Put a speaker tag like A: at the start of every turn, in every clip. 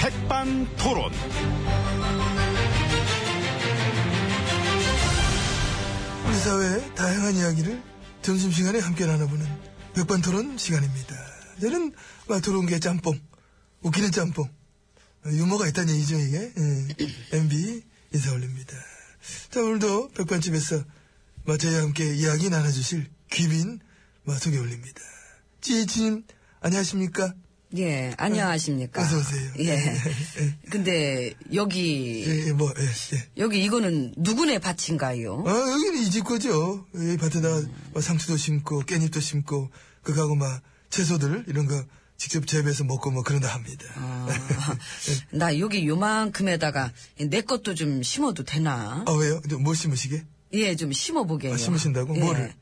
A: 재판 토론.
B: 우리 사회의 다양한 이야기를 점심시간에 함께 나눠보는 백반토론 시간입니다. 저는 막 토론계 짬뽕, 웃기는 짬뽕, 유머가 있다는 얘기죠, 이게. 예. MB 인사 올립니다. 자, 오늘도 백반집에서 마 저희와 함께 이야기 나눠주실 귀빈 마 소개 올립니다. 찌혜치님, 안녕하십니까?
C: 예, 안녕하십니까.
B: 어서오세요. 네.
C: 예. 근데, 여기,
B: 예, 예, 뭐, 예, 예.
C: 여기 이거는 누구네 밭인가요?
B: 아, 여기는 이 집 거죠. 이 밭에다 막 상추도 심고, 깻잎도 심고, 그거하고 막 채소들, 이런 거 직접 재배해서 먹고 뭐 그런다 합니다.
C: 아, 나 여기 요만큼에다가 내 것도 좀 심어도 되나?
B: 아, 왜요? 저뭐 심으시게?
C: 예, 좀 심어보게요.
B: 아, 심으신다고?
C: 예.
B: 뭐를?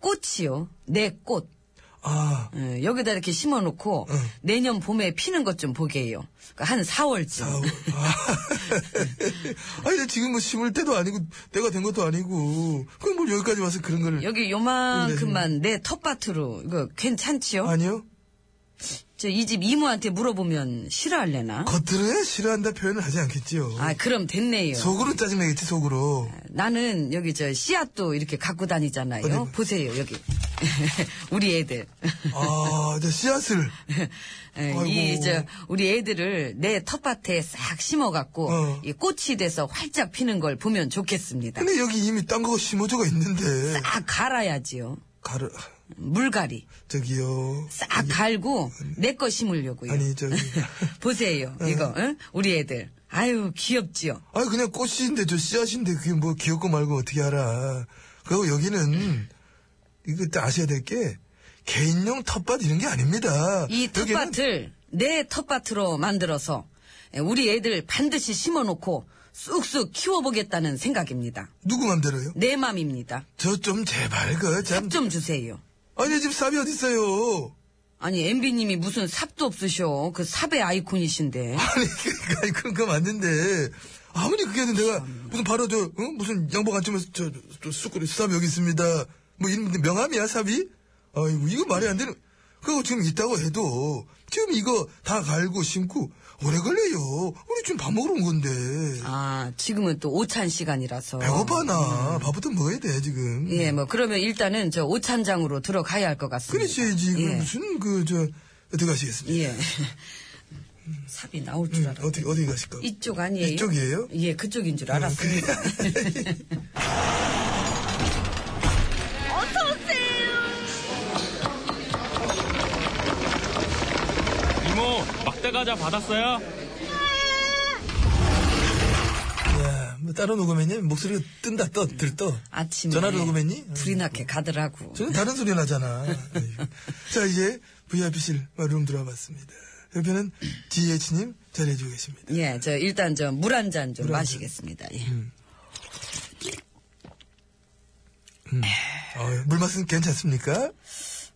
C: 꽃이요. 내 꽃.
B: 아,
C: 예, 여기다 이렇게 심어놓고
B: 응.
C: 내년 봄에 피는 것 좀 보게요. 그러니까 한 4월쯤.
B: 아우, 아. 아니, 근데 지금 뭐 심을 때도 아니고, 때가 된 것도 아니고, 그럼 뭘 여기까지 와서 그런 걸.
C: 여기 요만큼만 내 텃밭으로 이거 괜찮지요?
B: 네. 아니요?
C: 저 이 집 이모한테 물어보면 싫어할래나?
B: 겉으로야 싫어한다 표현을 하지 않겠지요.
C: 아 네. 그럼 됐네요.
B: 속으로 짜증내겠지, 속으로.
C: 나는 여기 저 씨앗도 이렇게 갖고 다니잖아요.
B: 어디 봐.
C: 보세요 여기 우리 애들. 예,
B: 아, 이제 씨앗을. 아이고.
C: 이저 우리 애들을 내 텃밭에 싹 심어갖고
B: 어.
C: 이 꽃이 돼서 활짝 피는 걸 보면 좋겠습니다.
B: 근데 여기 이미 딴 거 심어줘가 있는데.
C: 싹 갈아야지요.
B: 가르,
C: 물갈이
B: 저기요.
C: 싹 갈고 내 거 심으려고요.
B: 아니 어. 저기
C: 보세요 이거 응? 우리 애들 아유 귀엽지요.
B: 아니 그냥 꽃인데 저 씨앗인데 그게 뭐 귀엽고 말고 어떻게 알아 그리고 여기는 이거 또 아셔야 될 게 개인용 텃밭 이런 게 아닙니다
C: 이
B: 여기는
C: 텃밭을 내 텃밭으로 만들어서 예, 우리 애들 반드시 심어놓고 쑥쑥 키워보겠다는 생각입니다.
B: 누구 맘대로요?
C: 내 맘입니다.
B: 저 좀 제발
C: 삽
B: 그참
C: 좀 주세요.
B: 아니 집 삽이 어딨어요
C: 아니 MB님이 무슨 삽도 없으셔. 그 삽의 아이콘이신데.
B: 아니 그러니까 아니, 그런 거 맞는데 아무리 그게 아니라 내가 무슨 바로 저 어? 무슨 양복 안 치면서 저, 저 쑥그리 삽 여기 있습니다 뭐 이런 명함이야 삽이 아이고 이거 말이 안 되는 그거 지금 있다고 해도 지금 이거 다 갈고 심고 오래 걸려요 우리 지금 밥 먹으러 온 건데
C: 아 지금은 또 오찬 시간이라서.
B: 배고파 나 밥부터 먹어야 돼 지금
C: 예, 뭐 그러면 일단은 저 오찬장으로 들어가야 할 것 같습니다.
B: 그러셔야지 그
C: 예.
B: 무슨 그 저 어디 가시겠습니까
C: 예. 삽이 나올 줄
B: 음,
C: 알았.
B: 어떻게 어디 가실까
C: 예. 이쪽 아니에요?
B: 이쪽이에요? 음,
C: 예, 그쪽인 줄 알았습니다.
D: 이모 막대 과자 받았어요?
C: 예.
B: 야, 뭐 따로 녹음했니 목소리가 뜬다 떠 들떠
C: 아침에
B: 전화로 녹음했니
C: 불이 나게 가더라고.
B: 저는 다른 소리 나잖아. 네. 자, 이제 VIP실 룸 들어와봤습니다. 옆에는 GH님 자리해주고 계십니다.
C: 예, 저 일단 저 물 한 잔 좀
B: 물한 잔. 음.
C: 마시겠습니다. 예. 네.
B: 어, 물 맛은 괜찮습니까?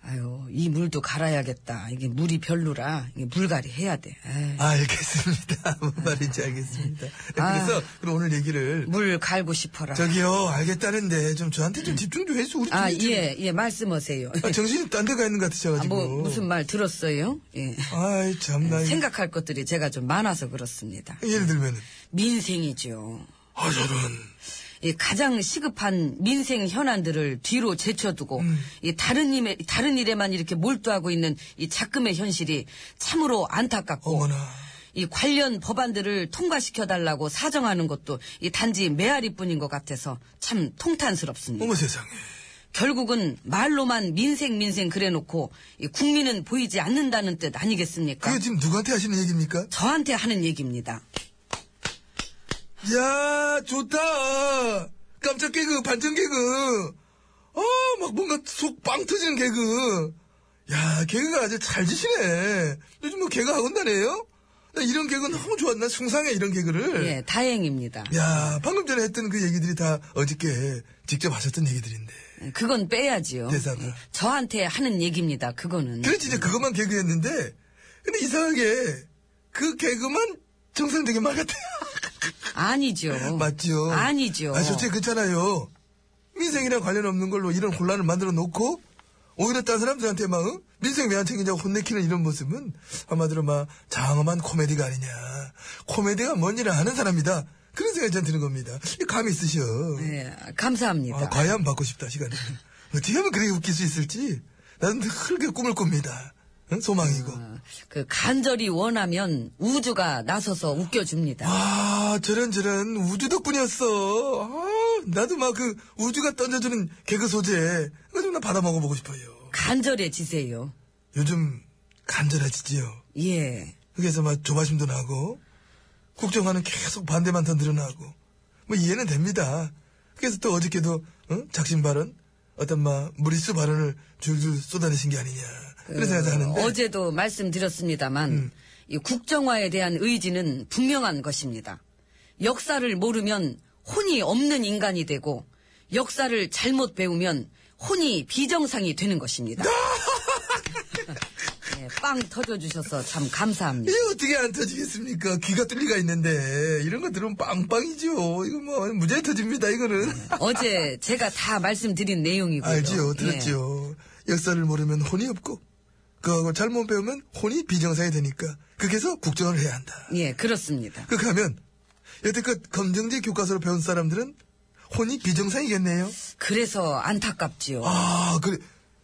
C: 아유, 이 물도 갈아야겠다. 이게 물이 별로라 이게 물갈이 해야 돼. 에이,
B: 아, 알겠습니다. 뭔 말인지 알겠습니다. 네,
C: 아. 네.
B: 그래서 그럼 오늘 얘기를
C: 물 갈고 싶어라.
B: 저기요 알겠다는데 좀 저한테 좀 집중 좀 해주 우리
C: 아,
B: 정신 좀-
C: 예, 예, 말씀하세요.
B: 아, 정신이 딴 데가 있는 것
C: 아,
B: 같으셔가지고
C: 뭐 무슨 말 들었어요? 예.
B: 아이 참나 이거.
C: 생각할 것들이 제가 좀 많아서 그렇습니다.
B: 예를 들면은
C: 민생이죠.
B: 아 저런
C: 이 가장 시급한 민생 현안들을 뒤로 제쳐두고
B: 음.
C: 이 다른 일에 다른 일에만 이렇게 몰두하고 있는 이 작금의 현실이 참으로 안타깝고
B: 어머나
C: 이 관련 법안들을 통과시켜 달라고 사정하는 것도 이 단지 메아리뿐인 것 같아서 참 통탄스럽습니다.
B: 어머 세상에
C: 결국은 말로만 민생 민생 그래놓고 이 국민은 보이지 않는다는 뜻 아니겠습니까?
B: 그게 지금 누구한테 하시는 얘기입니까?
C: 저한테 하는 얘기입니다.
B: 야 좋다 깜짝 개그 반전 개그 어, 아막 뭔가 속 빵 터지는 개그 야 개그가 아주 잘 지시네 요즘 뭐 개그 학원다네요 나 이런 개그 너무 좋았나 숭상해 이런 개그를
C: 예, 다행입니다.
B: 야 방금 전에 했던 그 얘기들이 다 어저께 직접 하셨던 얘기들인데
C: 그건 빼야지요.
B: 네. 대사가.
C: 예, 저한테 하는 얘기입니다. 그거는.
B: 그렇지 이제 그것만 개그였는데 근데 이상하게 그 개그만 정상적인 말 같아
C: 아니죠.
B: 맞죠?
C: 아니죠.
B: 아, 솔직히 그렇잖아요. 민생이랑 관련 없는 걸로 이런 혼란을 만들어 놓고, 오히려 딴 사람들한테 막 어? 민생 왜 안 챙기냐고 혼내키는 이런 모습은 아마도 막 장엄한 코미디가 아니냐. 코미디가 뭔지를 아는 사람이다. 그런 생각이 전 드는 겁니다. 이 감이 있으셔.
C: 예, 감사합니다.
B: 그- 아, 과외 한번 받고 싶다, 시간에. 어떻게 하면 그렇게 웃길 수 있을지. 나는 그렇게 꿈을 꿉니다. 응? 소망이고.
C: 어, 그 간절히 원하면 우주가 나서서 웃겨줍니다.
B: 아, 저런, 저런, 우주 덕분이었어. 아, 나도 막 그 우주가 던져주는 개그 소재, 그거 좀 나 받아 먹어보고 싶어요.
C: 간절해지세요.
B: 요즘 간절해지지요.
C: 예.
B: 그래서 막 조바심도 나고, 국정화는 계속 반대만 더 늘어나고, 뭐 이해는 됩니다. 그래서 또 어저께도, 응? 작심 발언? 어떤 막 무리수 발언을 줄줄 쏟아내신 게 아니냐. 그런 생각도 하는데. 음.
C: 어제도 말씀드렸습니다만 이 국정화에 대한 의지는 분명한 것입니다. 역사를 모르면 혼이 없는 인간이 되고 역사를 잘못 배우면 혼이 비정상이 되는 것입니다. 네, 빵 터져주셔서 참 감사합니다.
B: 이게 어떻게 안 터지겠습니까? 귀가 뚫리가 있는데 이런 거 들으면 빵빵이죠. 이거 뭐 무죄 터집니다. 이거는
C: 어제 제가 다 말씀드린 내용이고요.
B: 알지요,
C: 예.
B: 들었지요. 역사를 모르면 혼이 없고 그거하고 잘못 배우면 혼이 비정상이 되니까 그래서 국정을 해야 한다.
C: 예, 그렇습니다.
B: 그렇게 하면 여태껏 검정지 교과서로 배운 사람들은 혼이 비정상이겠네요.
C: 그래서 안타깝지요.
B: 아 그래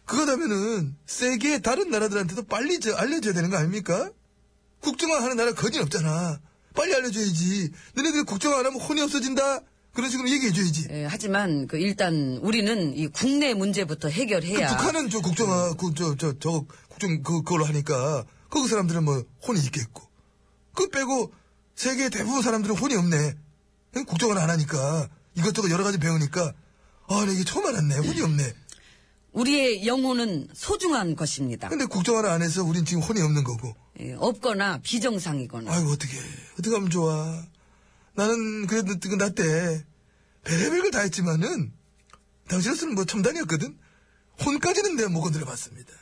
B: 그거다면은 세계 다른 나라들한테도 빨리 저 알려줘야 되는 거 아닙니까? 국정화하는 나라 거진 없잖아. 빨리 알려줘야지. 너네들 국정화 안 하면 혼이 없어진다. 그런 식으로 얘기해줘야지.
C: 예, 하지만 그 일단 우리는 이 국내 문제부터 해결해야
B: 그 북한은 저 국정화 아, 그저저저 국정 그 그걸로 하니까 거기 사람들은 뭐 혼이 있겠고 그 빼고 세계 대부분 사람들은 혼이 없네. 국정화 안 하니까 이것저것 여러 가지 배우니까 아 나 이게 처음 알았네. 혼이 없네.
C: 우리의 영혼은 소중한 것입니다.
B: 근데 국정화를 안 해서 우린 지금 혼이 없는 거고.
C: 예, 없거나 비정상이거나
B: 아이고 어떻게 어떻게 하면 좋아 나는 그래도 나때 별의별 걸 다 했지만은 당시로서는 뭐 첨단이었거든 혼까지는 내가 못 건드려봤습니다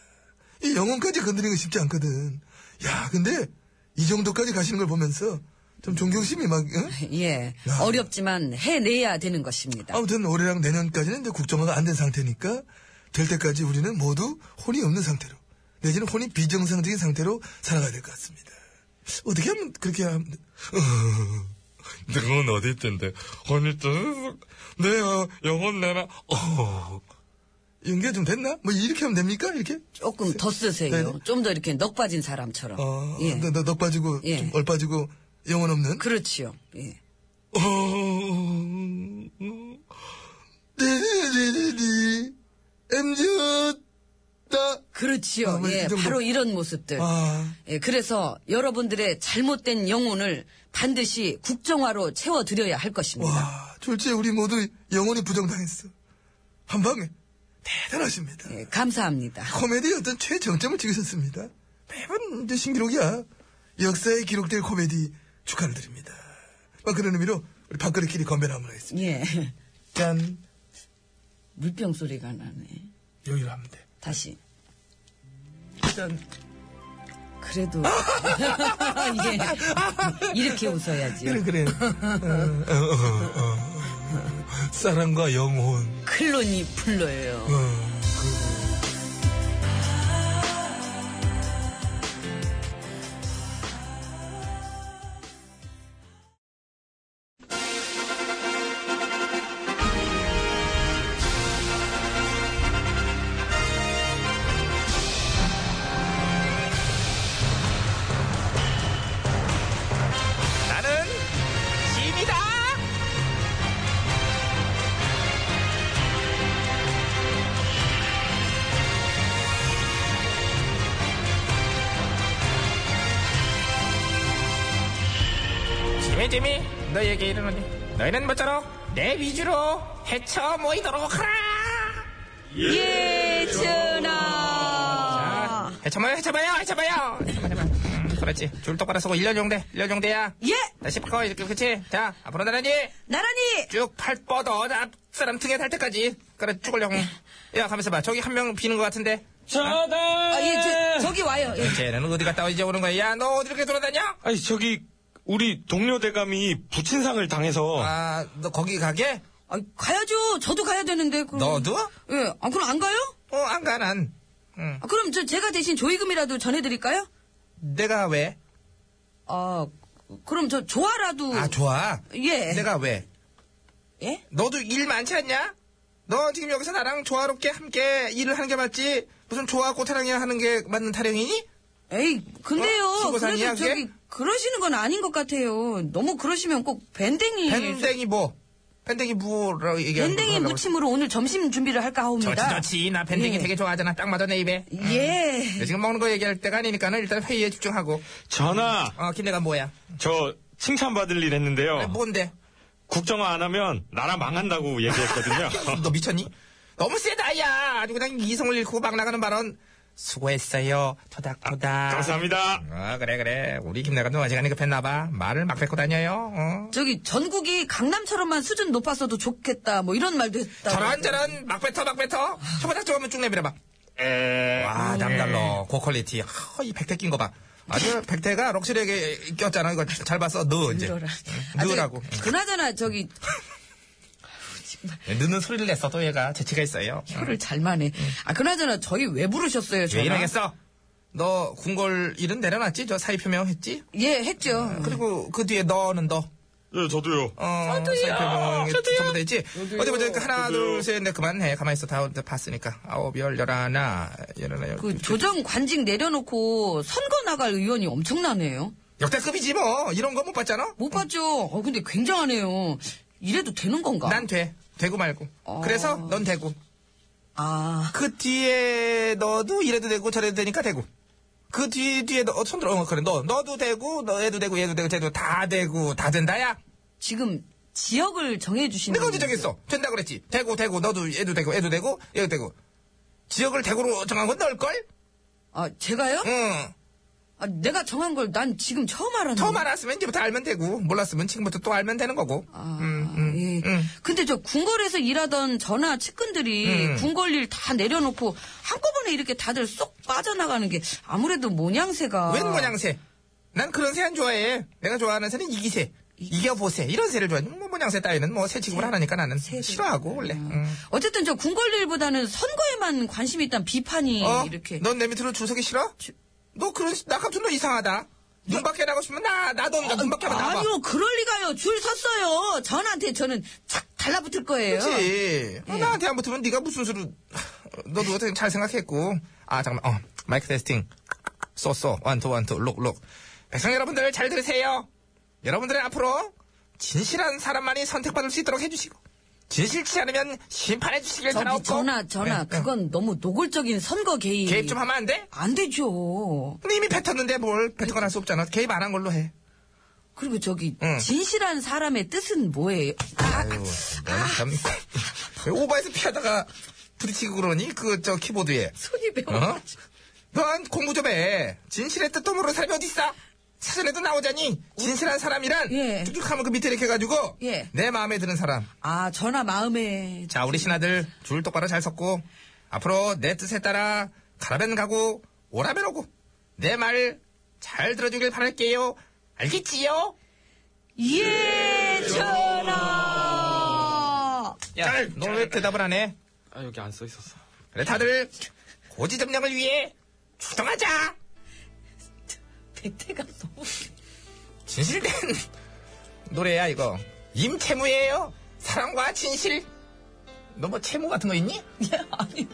B: 이 영혼까지 건드리는 건 쉽지 않거든 야 근데 이 정도까지 가시는 걸 보면서 좀 존경심이 막 응?
C: 예
B: 야.
C: 어렵지만 해내야 되는 것입니다.
B: 아무튼 올해랑 내년까지는 이제 국정화가 안 된 상태니까 될 때까지 우리는 모두 혼이 없는 상태로 내지는 혼이 비정상적인 상태로 살아가야 될 것 같습니다 어떻게 하면 그렇게 하면
A: 너는 어디 있던데? 혼이 좀, 내 어, 영혼 내라, 어.
B: 연결 좀 됐나? 뭐 이렇게 하면 됩니까? 이렇게?
C: 조금 더 쓰세요.
B: 네.
C: 좀 더 이렇게 넉 빠진 사람처럼.
B: 어,
C: 예.
B: 너, 너, 넉 빠지고,
C: 예.
B: 좀 얼빠지고, 영혼 없는.
C: 그렇지요. 예.
A: 어.
B: 띠리리리리, 엠지였다.
C: 그렇지요.
B: 아, 뭐이
C: 예.
B: 정도.
C: 바로 이런 모습들.
B: 아,
C: 예, 그래서 여러분들의 잘못된 영혼을 반드시 국정화로 채워드려야 할 것입니다.
B: 와, 졸지에 우리 모두 영혼이 부정당했어. 한 방에. 대단하십니다.
C: 예, 감사합니다.
B: 코미디의 어떤 최정점을 찍으셨습니다. 매번 이제 신기록이야. 역사에 기록될 코미디 축하를 드립니다. 막 그런 의미로, 우리 밥그릇끼리 건배를 한번 하겠습니다.
C: 예.
B: 짠.
C: 물병 소리가 나네.
B: 여기로 하면 돼.
C: 다시.
B: 짠.
C: 그래도 예. 이렇게 웃어야지.
B: 그래,
C: 요
B: 그래.
A: 사랑과 영혼.
C: 클론이 불러요.
D: 나는 짐이다. 짐이 짐이 너에게 이르노니 너희는 모쪼록 내 위주로 헤쳐 모이도록 하라.
C: 예, 전하. 아.
D: 자, 헤쳐 모여 헤쳐 모여 헤쳐 모여. 헤쳐 모여. 음, 그렇지 줄 똑바로 서고 일년 종대 일년 종대야.
C: 예,
D: 다시 바꿔 이렇게 그렇지 자 앞으로 나란히
C: 나란히.
D: 쭉 팔 뻗어 앞 사람 등에 달 때까지 그래 죽을려고 야 가면서 봐 저기 한 명 비는 것 같은데
E: 저다!
C: 아, 예, 저, 기 와요. 예.
D: 쟤는 어디 갔다 이제 오는 거야 야 너 어디 이렇게 돌아다녀
E: 아니, 저기, 우리 동료 대감이 부친상을 당해서.
D: 아 너 거기 가게
C: 아, 가야죠. 저도 가야 되는데. 그럼.
D: 너도?
C: 예. 아, 그럼 안 가요?
D: 어안가난
C: 아, 그럼 저 제가 대신 조의금이라도 전해드릴까요?
F: 내가 왜?
C: 아, 그럼 저 조화라도.
F: 아, 좋아.
C: 예.
F: 내가 왜?
C: 예?
F: 너도 일 많지 않냐? 너 지금 여기서 나랑 조화롭게 함께 일을 하는 게 맞지? 무슨 조화 꼬타랑이야 하는 게 맞는 타령이니?
C: 에이, 근데요.
F: 어?
C: 그래도
F: 수고상이야,
C: 저기
F: 그게?
C: 그러시는 건 아닌 것 같아요. 너무 그러시면 꼭 밴댕이.
F: 밴댕이 뭐? 밴댕이 뭐라고 얘기하는
C: 밴댕이
F: 거라고
C: 무침으로 오늘 점심 준비를 할까 하옵니다.
F: 그러지?
D: 좋지 좋지 나 밴댕이
C: 예.
D: 되게 좋아하잖아 딱 맞아 내 입에
C: 예.
F: 근데 지금 먹는 거 얘기할 때가 아니니까는 일단 회의에 집중하고.
E: 전하,
F: 어, 김내가 뭐야?
E: 저 칭찬받을 일 했는데요.
F: 아, 뭔데?
E: 국정화 안 하면 나라 망한다고 얘기했거든요.
F: 너 미쳤니? 너무 세다, 야! 아주 그냥 이성을 잃고 막 나가는 발언. 수고했어요. 토닥토닥.
E: 감사합니다.
F: 아, 그래, 그래. 우리 김내가 좀 아직 안 급했나봐. 말을 막 뱉고 다녀요. 어.
C: 저기 전국이 강남처럼만 수준 높았어도 좋겠다. 뭐 이런 말도 했다.
F: 저런, 저런. 막 뱉어, 막 뱉어. 혀바닥 좀 하면 쭉 내밀어봐.
E: 에,
C: 음,
F: 와,
C: 예.
F: 남달러. 고퀄리티. 하, 이 백태 낀 거 봐. 아주 백태가 럭셔리하게 꼈잖아. 이거 잘 봤어. 너, 이제. 음,
C: 늘어라.
F: 응,
C: 아,
F: 느라고.
C: 저기 그나저나 저기
F: 느는 소리를 냈어, 또 얘가. 재치가 있어요.
C: 혀를 잘 마네. 아 그나저나 저희 왜 부르셨어요?
F: 왜
C: 전화?
F: 이러겠어? 너 궁궐 일은 내려놨지? 저 사의 표명했지?
C: 예, 했죠.
F: 그리고 그 뒤에 너는 너.
E: 예, 저도요.
F: 어, 사의 표명이 전부 다 있지? 어디 보자. 그러니까 하나, 둘, 셋, 넷. 그만해. 네, 가만히 있어. 다 봤으니까. 아홉, 열, 열하나, 열하나, 열.
C: 그 조정 관직 내려놓고 선거 나갈 의원이 엄청나네요.
F: 역대급이지 뭐. 이런 거 못 봤잖아?
C: 못 봤죠. 어, 근데 굉장하네요. 이래도 되는 건가?
F: 난 돼. 되고 말고.
E: 어.
F: 그래서 넌 되고.
C: 아,
F: 그 뒤에 너도 이래도 되고 저래도 되니까 되고. 그 뒤, 뒤에 너, 어, 손 들어, 어, 그래, 너, 너도 되고, 너, 얘도 되고, 얘도 되고, 쟤도 다 되고, 다 된다, 야!
C: 지금 지역을 정해 주시는
F: 내가 언제 정했어? 된다 그랬지. 되고, 되고, 너도 얘도 되고, 얘도 되고, 얘도 되고. 지역을 대구로 정한 건 널걸?
C: 아, 제가요?
F: 응.
C: 아, 내가 정한 걸 난 지금 처음 알았는데.
F: 처음 알았으면 이제부터 알면 되고, 몰랐으면 지금부터 또 알면 되는 거고.
C: 아,
F: 음, 음.
C: 예. 근데 저 궁궐에서 일하던 전하
F: 음,
C: 측근들이 궁궐 일 다 내려놓고 한꺼번에 이렇게 다들 쏙 빠져나가는 게 아무래도 모양새가.
F: 웬 모양새? 난 그런 새 안 좋아해. 내가 좋아하는 새는 이기새. 이겨보세. 이런 새를 좋아해. 뭐, 모양새 따위는 뭐, 새 취급을 안 하니까 나는 싫어하고, 원래.
C: 음.
F: 음. 응.
C: 어쨌든 저 궁궐 일보다는 선거에만 관심이 있다는 예, 비판이
F: 어?
C: 이렇게.
F: 넌 내 밑으로 줄서기 싫어? 너 그런 시- 나 같은 너 이상하다. 눈 밖에 나가고 싶으면 나 나도 나, 눈 밖에 나가.
C: 어, 아니요, 그럴 리가요. 줄 섰어요. 전한테 저는 착 달라붙을 거예요.
F: 그렇지. 어, 나한테 안 붙으면 네가 무슨 수로 너도 어떻게 잘 생각했고. 아 잠깐만. 어 마이크 테스팅. 쏘쏘 원투 원투 록록. 백성 여러분들 잘 들으세요. 여러분들은 앞으로 진실한 사람만이 선택받을 수 있도록 해주시고 진실치 않으면 심판해 주시길
C: 저기
F: 바라고. 네,
C: 전하, 전하, 그건 너무 노골적인 선거 개입.
F: 개입 좀 하면 안 돼?
C: 안 되죠.
F: 근데 이미 뱉었는데 뭘 뱉어가 날 수 없잖아. 개입 안 한 걸로 해.
C: 그리고 저기
F: 응.
C: 진실한 사람의 뜻은 뭐예요? 아,
F: 아유, 난 참. 왜 아. 오바에서 피하다가 부딪히고 그러니? 그, 저, 키보드에.
C: 손이 매워.
F: 어? 넌 공부 좀 해. 진실의 뜻도 모르는 사람이 어딨어? 사전에도 나오자니, 진실한 사람이란,
C: 예.
F: 쭉쭉 하면 그 밑에 이렇게 해가지고,
C: 예.
F: 내 마음에 드는 사람.
C: 아, 전하 마음에.
F: 자, 우리 신하들, 줄 똑바로 잘 섰고, 앞으로 내 뜻에 따라, 가라면 가고, 오라면 오고, 내 말 잘 들어주길 바랄게요. 알겠지요?
C: 예,
F: 어.
C: 전하!
F: 야, 너 왜 대답을 안 해?
E: 아, 여기 안 써 있었어.
F: 그래 다들 고지점령을 위해 출동하자
C: 백태가 너무.
F: 진실된 노래야 이거 임채무예요 사랑과 진실 너 뭐 채무 같은 거 있니?
C: 예, 아니.